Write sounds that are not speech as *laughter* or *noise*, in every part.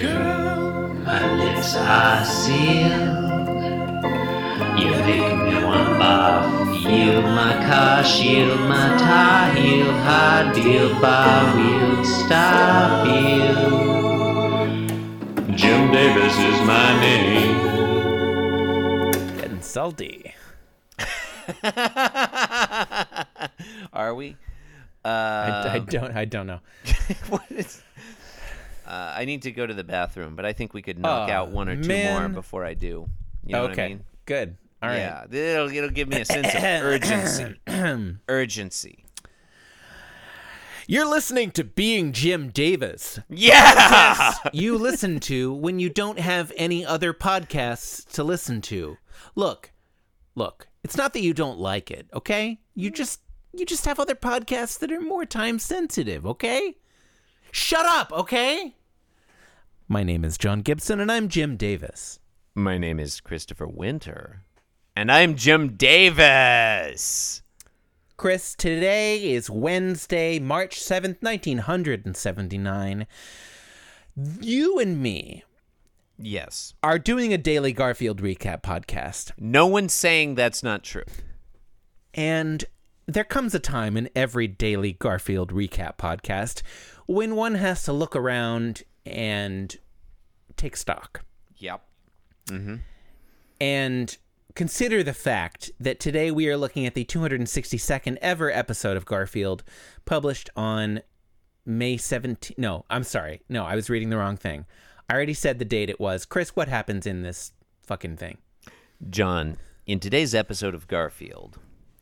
Girl, my lips are sealed. You make me want bath. Yield my car, shield my tie, heel, hard deal, bar wheel, stop heel. Jim Davis is my name. Getting salty. *laughs* *laughs* Are we? I, Um, I don't. I don't know. what is? Uh, I need to go to the bathroom, but I think we could knock Oh, out one or two more man. before I do. You know okay. what I mean? Good. All right. Yeah, it'll it'll give me a sense *coughs* of *clears throat* urgency. urgency. *clears throat* You're listening to Being Jim Davis. Yeah. you listen to when you don't have any other podcasts to listen to. Look, look, it's not that you don't like it, okay? You just you just have other podcasts that are more time sensitive, okay? Shut up, okay? My name is John Gibson and I'm Jim Davis. *laughs* My name is Christopher Winter, and I'm Jim Davis. Chris, today is Wednesday, March 7th, 1979. You and me Yes. are doing a daily Garfield recap podcast. No one's saying that's not true. And there comes a time in every daily Garfield recap podcast when one has to look around and take stock Yep. and consider the fact that today we are looking at the 262nd ever episode of Garfield published on May 17 no I'm sorry no I was reading the wrong thing I already said the date it was Chris what happens in this fucking thing John, in today's episode of Garfield,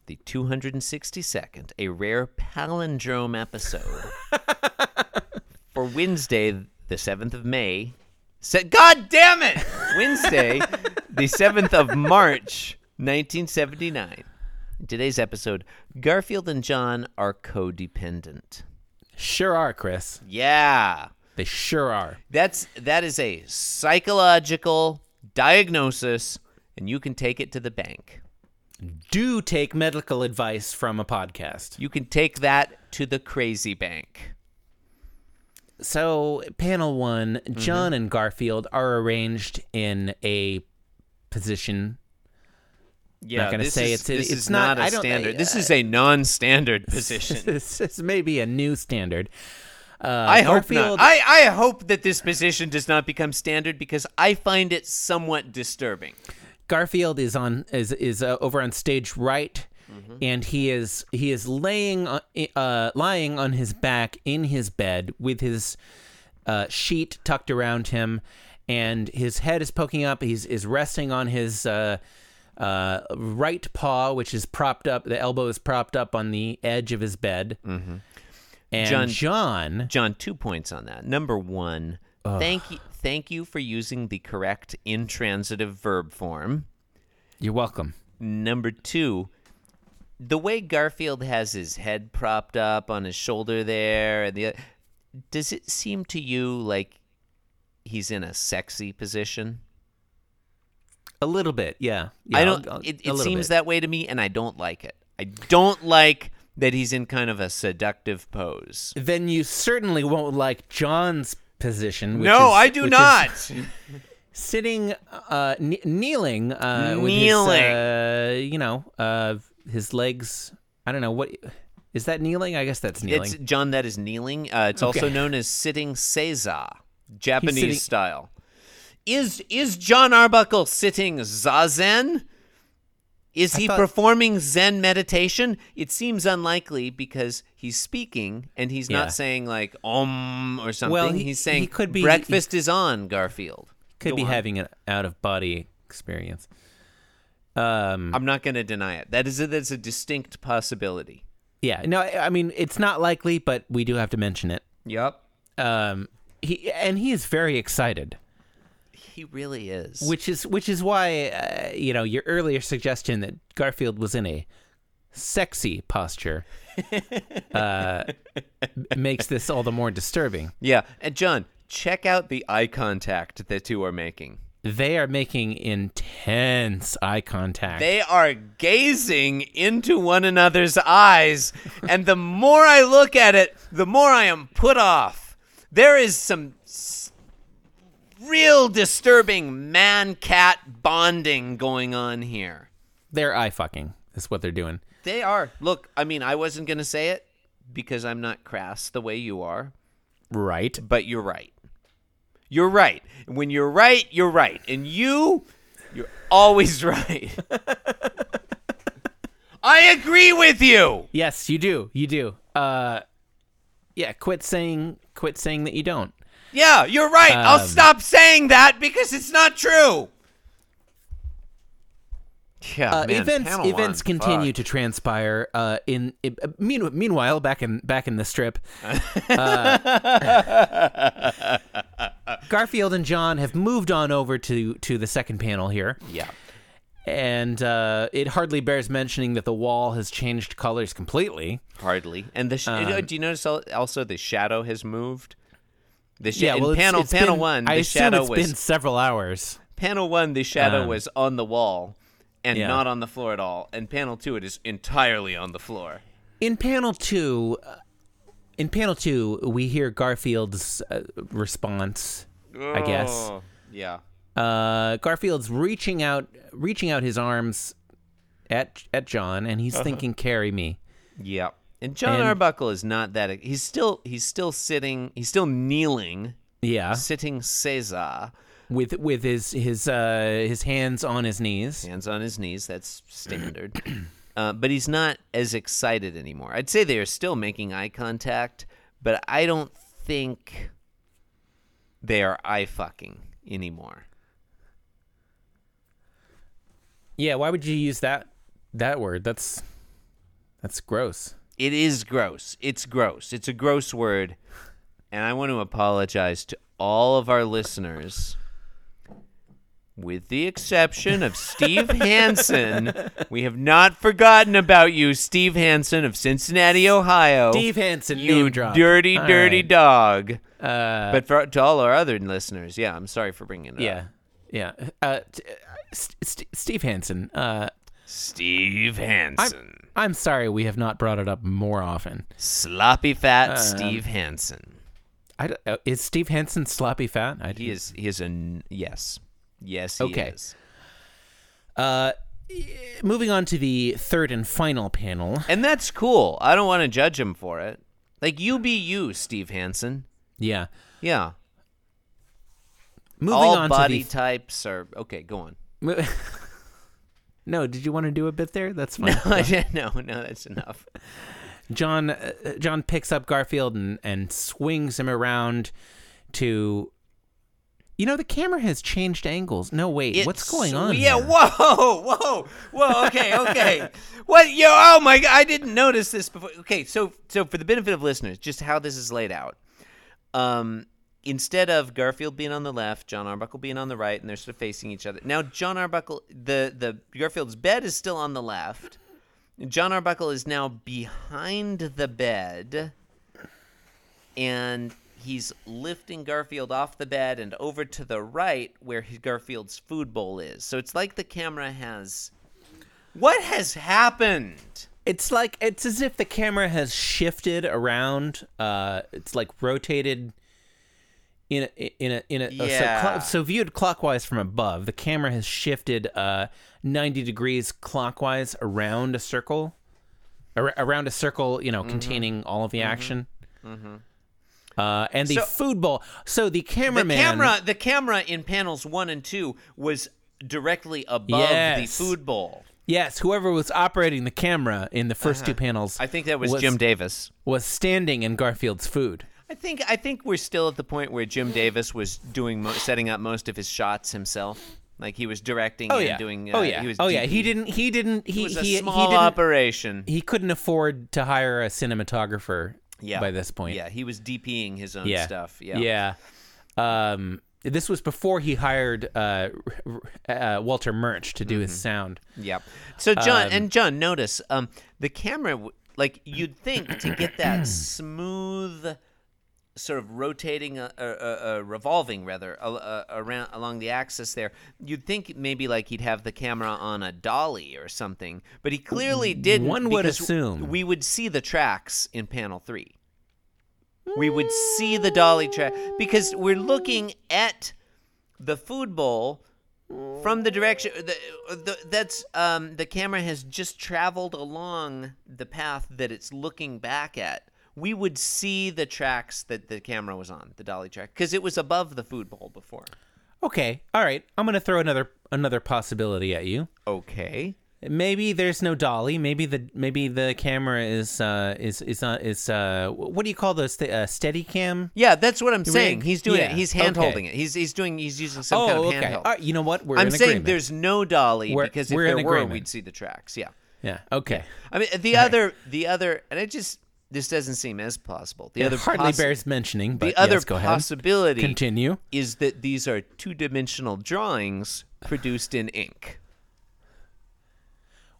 the 262nd, a rare palindrome episode for Wednesday, the 7th of May. Said, God damn it! Wednesday, the 7th of March, 1979. In today's episode, Garfield and John are codependent. sure are Chris Yeah. they sure are That's that is a psychological diagnosis and you can take it to the bank. do take medical advice from a podcast. You can take that to the crazy bank. So, panel one John and Garfield are arranged in a position. Yeah, Not gonna this say is- it's- it- this it's is not, not- I a don't- uh, standard. I- this is *laughs* a non-standard position. this is maybe a new standard. Uh, I hope Garfield- not. I, I hope that this position does not become standard because I find it somewhat disturbing. Garfield is on is is uh, over on stage right, Mm-hmm. and he is he is laying on- uh, lying on his back in his bed with his uh, sheet tucked around him, and his head is poking up. He's is resting on his uh, uh, right paw, which is propped up. The elbow is propped up on the edge of his bed. And Mm-hmm. John- John, John, John, two points on that. Number one, thank you, thank you for using the correct intransitive verb form. you're welcome. Number two, the way Garfield has his head propped up on his shoulder there, and the does it seem to you like he's in a sexy position? A little bit, yeah. yeah I I'll- don't. I'll- it a it little seems bit. that way to me, and I don't like it. I don't like that he's in kind of a seductive pose. then you certainly won't like John's position. Which no, is- I do which is not. Sitting, uh, kne- kneeling, uh, with his, Kneeling. uh, you know, uh, his legs. I don't know what is that kneeling. I guess that's kneeling. It's John that is kneeling. Uh, it's also known as sitting seiza, Japanese sitting- style. Is is John Arbuckle sitting zazen? Is I he thought- performing Zen meditation? It seems unlikely because he's speaking and he's Yeah. not saying like om or something. he- he's saying he could be- breakfast is on, Garfield. Could Go be on. having an out of body experience. Um, I'm not going to deny it. That is a, that's a distinct possibility. yeah. No, I, I mean it's not likely, but we do have to mention it. Yep. Um, he and he is very excited. He really is. which is which is why uh, you know your earlier suggestion that Garfield was in a sexy posture uh, makes this all the more disturbing. Yeah, and John, check out the eye contact the two are making. They are making intense eye contact. They are gazing into one another's eyes, and the more I look at it, the more I am put off. There is some s- real disturbing man cat bonding going on here. They're eye fucking. That's what they're doing. They are. Look, I mean, I wasn't going to say it because I'm not crass the way you are, Right. but you're right. You're right. When you're right, you're right. And you, you're always *laughs* right. I agree with you. Yes, you do. You do. Uh, yeah. Quit saying. Quit saying that you don't. Yeah, you're right. Um, I'll stop saying that because it's not true. Yeah, Uh, man, events Padawan, events continue fuck. to transpire. Uh, in it, uh, mean, meanwhile, back in back in the strip, *laughs* uh, Garfield and John have moved on over to to the second panel here, Yeah. and uh, it hardly bears mentioning that the wall has changed colors completely. Hardly. And the sh- Um, do you notice al- also the shadow has moved? The sh- Yeah, well, in it's- panel it's panel been- one, I the assume shadow it's was been several hours. panel one. The shadow was on the wall and Um, yeah. not on the floor at all. And panel two, it is entirely on the floor. In panel two, uh, in panel two, we hear Garfield's uh, response. I guess. Oh, Yeah. uh, Garfield's reaching out, reaching out his arms at at John, and Uh-huh. he's thinking, "Carry me." Yeah. And John And- Arbuckle is not that. He's still he's still sitting. He's still kneeling, Yeah, sitting Caesar, with with his his uh, his hands on his knees. hands on his knees. That's *clears throat* standard. uh, but he's not as excited anymore. I'd say they are still making eye contact, but I don't think they are eye fucking anymore. Yeah, why would you use that that word? That's that's gross. It is gross. It's gross. It's a gross word. And I want to apologize to all of our listeners. With the exception *laughs* of Steve Hansen, we have not forgotten about you, Steve Hansen of Cincinnati, Ohio. Steve Hansen, Oh, you name drop. dirty, All dirty right. Uh, dog. but for, to all our other listeners, yeah, I'm sorry for bringing it up. Yeah, yeah. Uh, t- uh, St- St- Steve Hansen. Uh, Steve Hansen. I'm sorry we have not brought it up more often. Sloppy fat Uh, Steve Hansen. I d- uh, is Steve Hansen sloppy fat? I He is. He is a n- yes. Yes. He Okay. Is. moving on to the third and final panel. And that's cool. I don't want to judge him for it. Like you be you, Steve Hansen. Yeah. Yeah. Moving All on body to types are okay. Go on. *laughs* the. mo- *laughs* no, did you want to do a bit there? That's fine. no, *laughs* no, that's enough. John uh, John picks up Garfield and and swings him around to. You know the camera has changed angles. No wait, what's It's- going on? Yeah. here? Whoa. *laughs* Whoa. Whoa. Okay. Okay. what? Yo. Oh my God. I didn't notice this before. Okay. So, so for the benefit of listeners, just how this is laid out. Um, instead of Garfield being on the left, John Arbuckle being on the right, and they're sort of facing each other. Now, John Arbuckle, the the Garfield's bed is still on the left. John Arbuckle is now behind the bed and he's lifting Garfield off the bed and over to the right where his- Garfield's food bowl is. So it's like the camera has. What has happened? It's like it's as if the camera has shifted around. Uh, it's like rotated. In a, in a, in a, Yeah. so, clo- so viewed clockwise from above, the camera has shifted uh, 90 degrees clockwise around a circle, ar- around a circle, you know, Mm-hmm. containing all of the action. Uh, and the So- food bowl. So the The cameraman. camera, the camera in panels one and two was directly above the Yes. food bowl. Yes, whoever was operating the camera in the 1st two panels Uh-huh. I think that was Was- Jim Davis. was standing in Garfield's food. I think I think we're still at the point where Jim Davis was doing mo- setting up most of his shots himself. Like he was directing Oh and yeah. doing. Uh, oh yeah. He was oh yeah. DP. He didn't. He didn't. He It was a he, he small didn't. operation. he couldn't afford to hire a cinematographer. By this point. Yeah, he was DPing his own Yeah. stuff. Yeah. Yeah. Um. This was before he hired uh, r- r- uh Walter Murch to do Mm-hmm. his sound. Yep. So John and John, notice um the camera w- like you'd think to *clears throat* get that smooth sort of rotating uh, uh, uh, uh, revolving rather a- uh, around along the axis there you'd think maybe like he'd have the camera on a dolly or something but he clearly didn't Mm, One would because assume. we would see the tracks in panel 3 Mm. we would see the dolly track because we're looking at the food bowl from the direction the, the, that's um, the camera has just traveled along the path that it's looking back at we would see the tracks that the camera was on the dolly track because it was above the food bowl before Okay. All right. I'm going to throw another another possibility at you. okay Maybe there's no dolly. Maybe the maybe the camera is uh is is not is uh what do you call those th- uh, steady cam? yeah that's what i'm saying Rig- he's doing yeah, it he's hand okay. Oh, holding it he's he's doing he's using some kind of handheld All right, you know what? We're i'm in saying agreement. there's no dolly We're- because if we're in there were agreement. we'd see the tracks yeah yeah. Okay. i mean the other the other and it just this doesn't seem as plausible the other it hardly possi- bears mentioning, but the other yes, go ahead. possibility Continue. is that these are two-dimensional drawings produced in ink,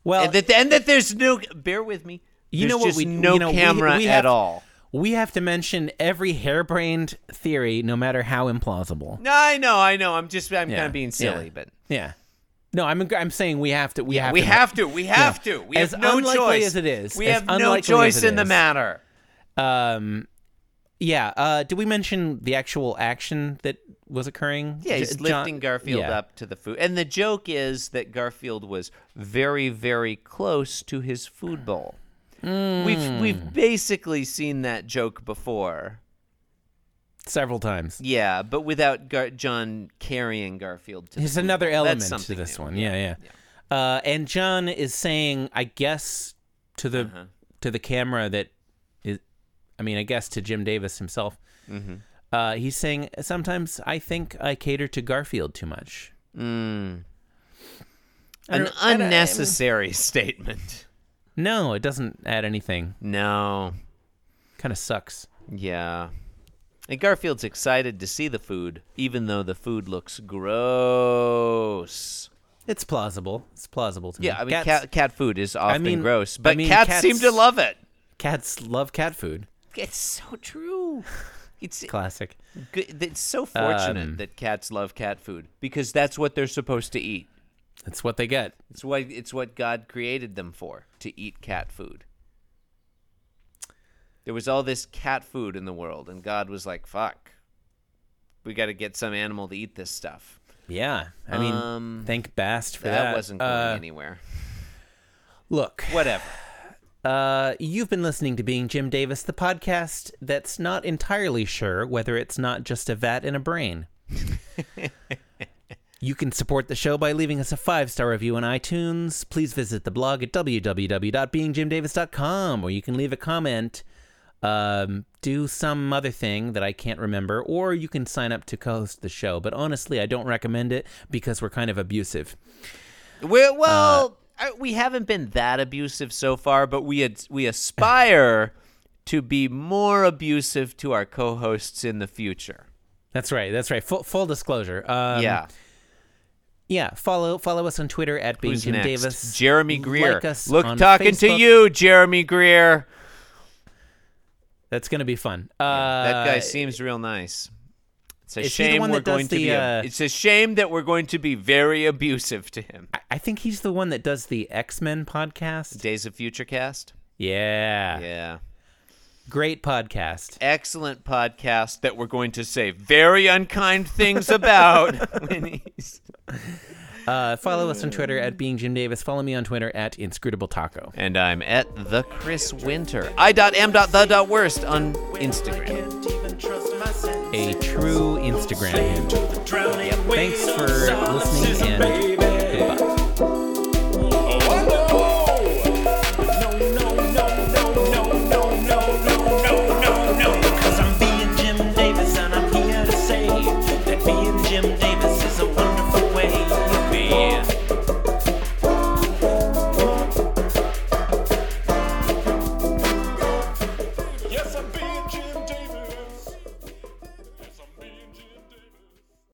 Well, and that and that there's no. Bear with me. You There's know what just we- no you know, we- camera we have- at all. we have to mention every harebrained theory, no matter how implausible. No, I know, I know. I'm just I'm kind Yeah, of being yeah. silly, but Yeah. No, I'm I'm saying we have to. We have we to. have to, we have to. We As have no unlikely choice as it is, We as have no unlikely as choice it in the is. matter. Um, yeah. Uh, did we mention the actual action that was occurring? Yeah, J- he's John- lifting Garfield yeah. up to the food, and the joke is that Garfield was very, very close to his food bowl. We've we've basically seen that joke before. several times. Yeah, but without Gar- John carrying Garfield to There's the another Google. That's element to something this new. one. Yeah, yeah. Uh, and John is saying, I guess to the to the camera that is, I mean, I guess to Jim Davis himself. Uh, he's saying sometimes I think I cater to Garfield too much. I An don't- I don't- I mean- unnecessary *laughs* statement. No, it doesn't add anything. No. Kind of sucks. Yeah. And Garfield's excited to see the food, even though the food looks gross. It's plausible. It's plausible to me. Yeah, I mean, cats, cat, cat food is often mean- gross, I but mean, cats, seem to cats- love it. cats love cat food. It's so true. It's Classic. good- it's so fortunate Um, that cats love cat food because that's what they're supposed to eat. That's what they get. It's what it's what God created them for to eat cat food. There was all this cat food in the world, and God was like, "Fuck, we got to get some animal to eat this stuff." Yeah, I mean, Um, thank Bast for That, that. wasn't going Uh, anywhere. Look, *laughs* Whatever. Uh, you've been listening to Being Jim Davis, the podcast that's not entirely sure whether it's not just a vat and a brain. you can support the show by leaving us a five star review on iTunes. Please visit the blog at www.beingjimdavis.com where you can leave a comment, um, do some other thing that I can't remember, or you can sign up to co host the show. But honestly, I don't recommend it because we're kind of abusive. We're, well, Uh, I- we haven't been that abusive so far, but we ad- we aspire *laughs* to be more abusive to our co-hosts in the future. That's right. That's right. Full, full disclosure. Um, yeah. Yeah, follow follow us on Twitter at Being Who's Jim next? Davis. Jeremy Greer. Like us Look, on talking to Facebook. you, Jeremy Greer. That's gonna be fun. Uh, that guy seems real nice. It's a is he the shame one we're that does going to the, be. a- uh, it's a shame that we're going to be very abusive to him. I- I think he's the one that does the X Men podcast. Days of Future Cast. Yeah. Yeah, great podcast. excellent podcast that we're going to say very unkind *laughs* things about. when he's- Uh, follow us on Twitter at Being Jim Davis. Follow me on Twitter at Inscrutable Taco. and I'm at the Chris Winter. I dot am dot the dot worst on Instagram. Can't even trust my senses. A true Instagram. handle. To the drowning Thanks waves of for solipsism, listening and baby. goodbye. Cause I'm being Jim Davis and I'm here to say that being Jim Davis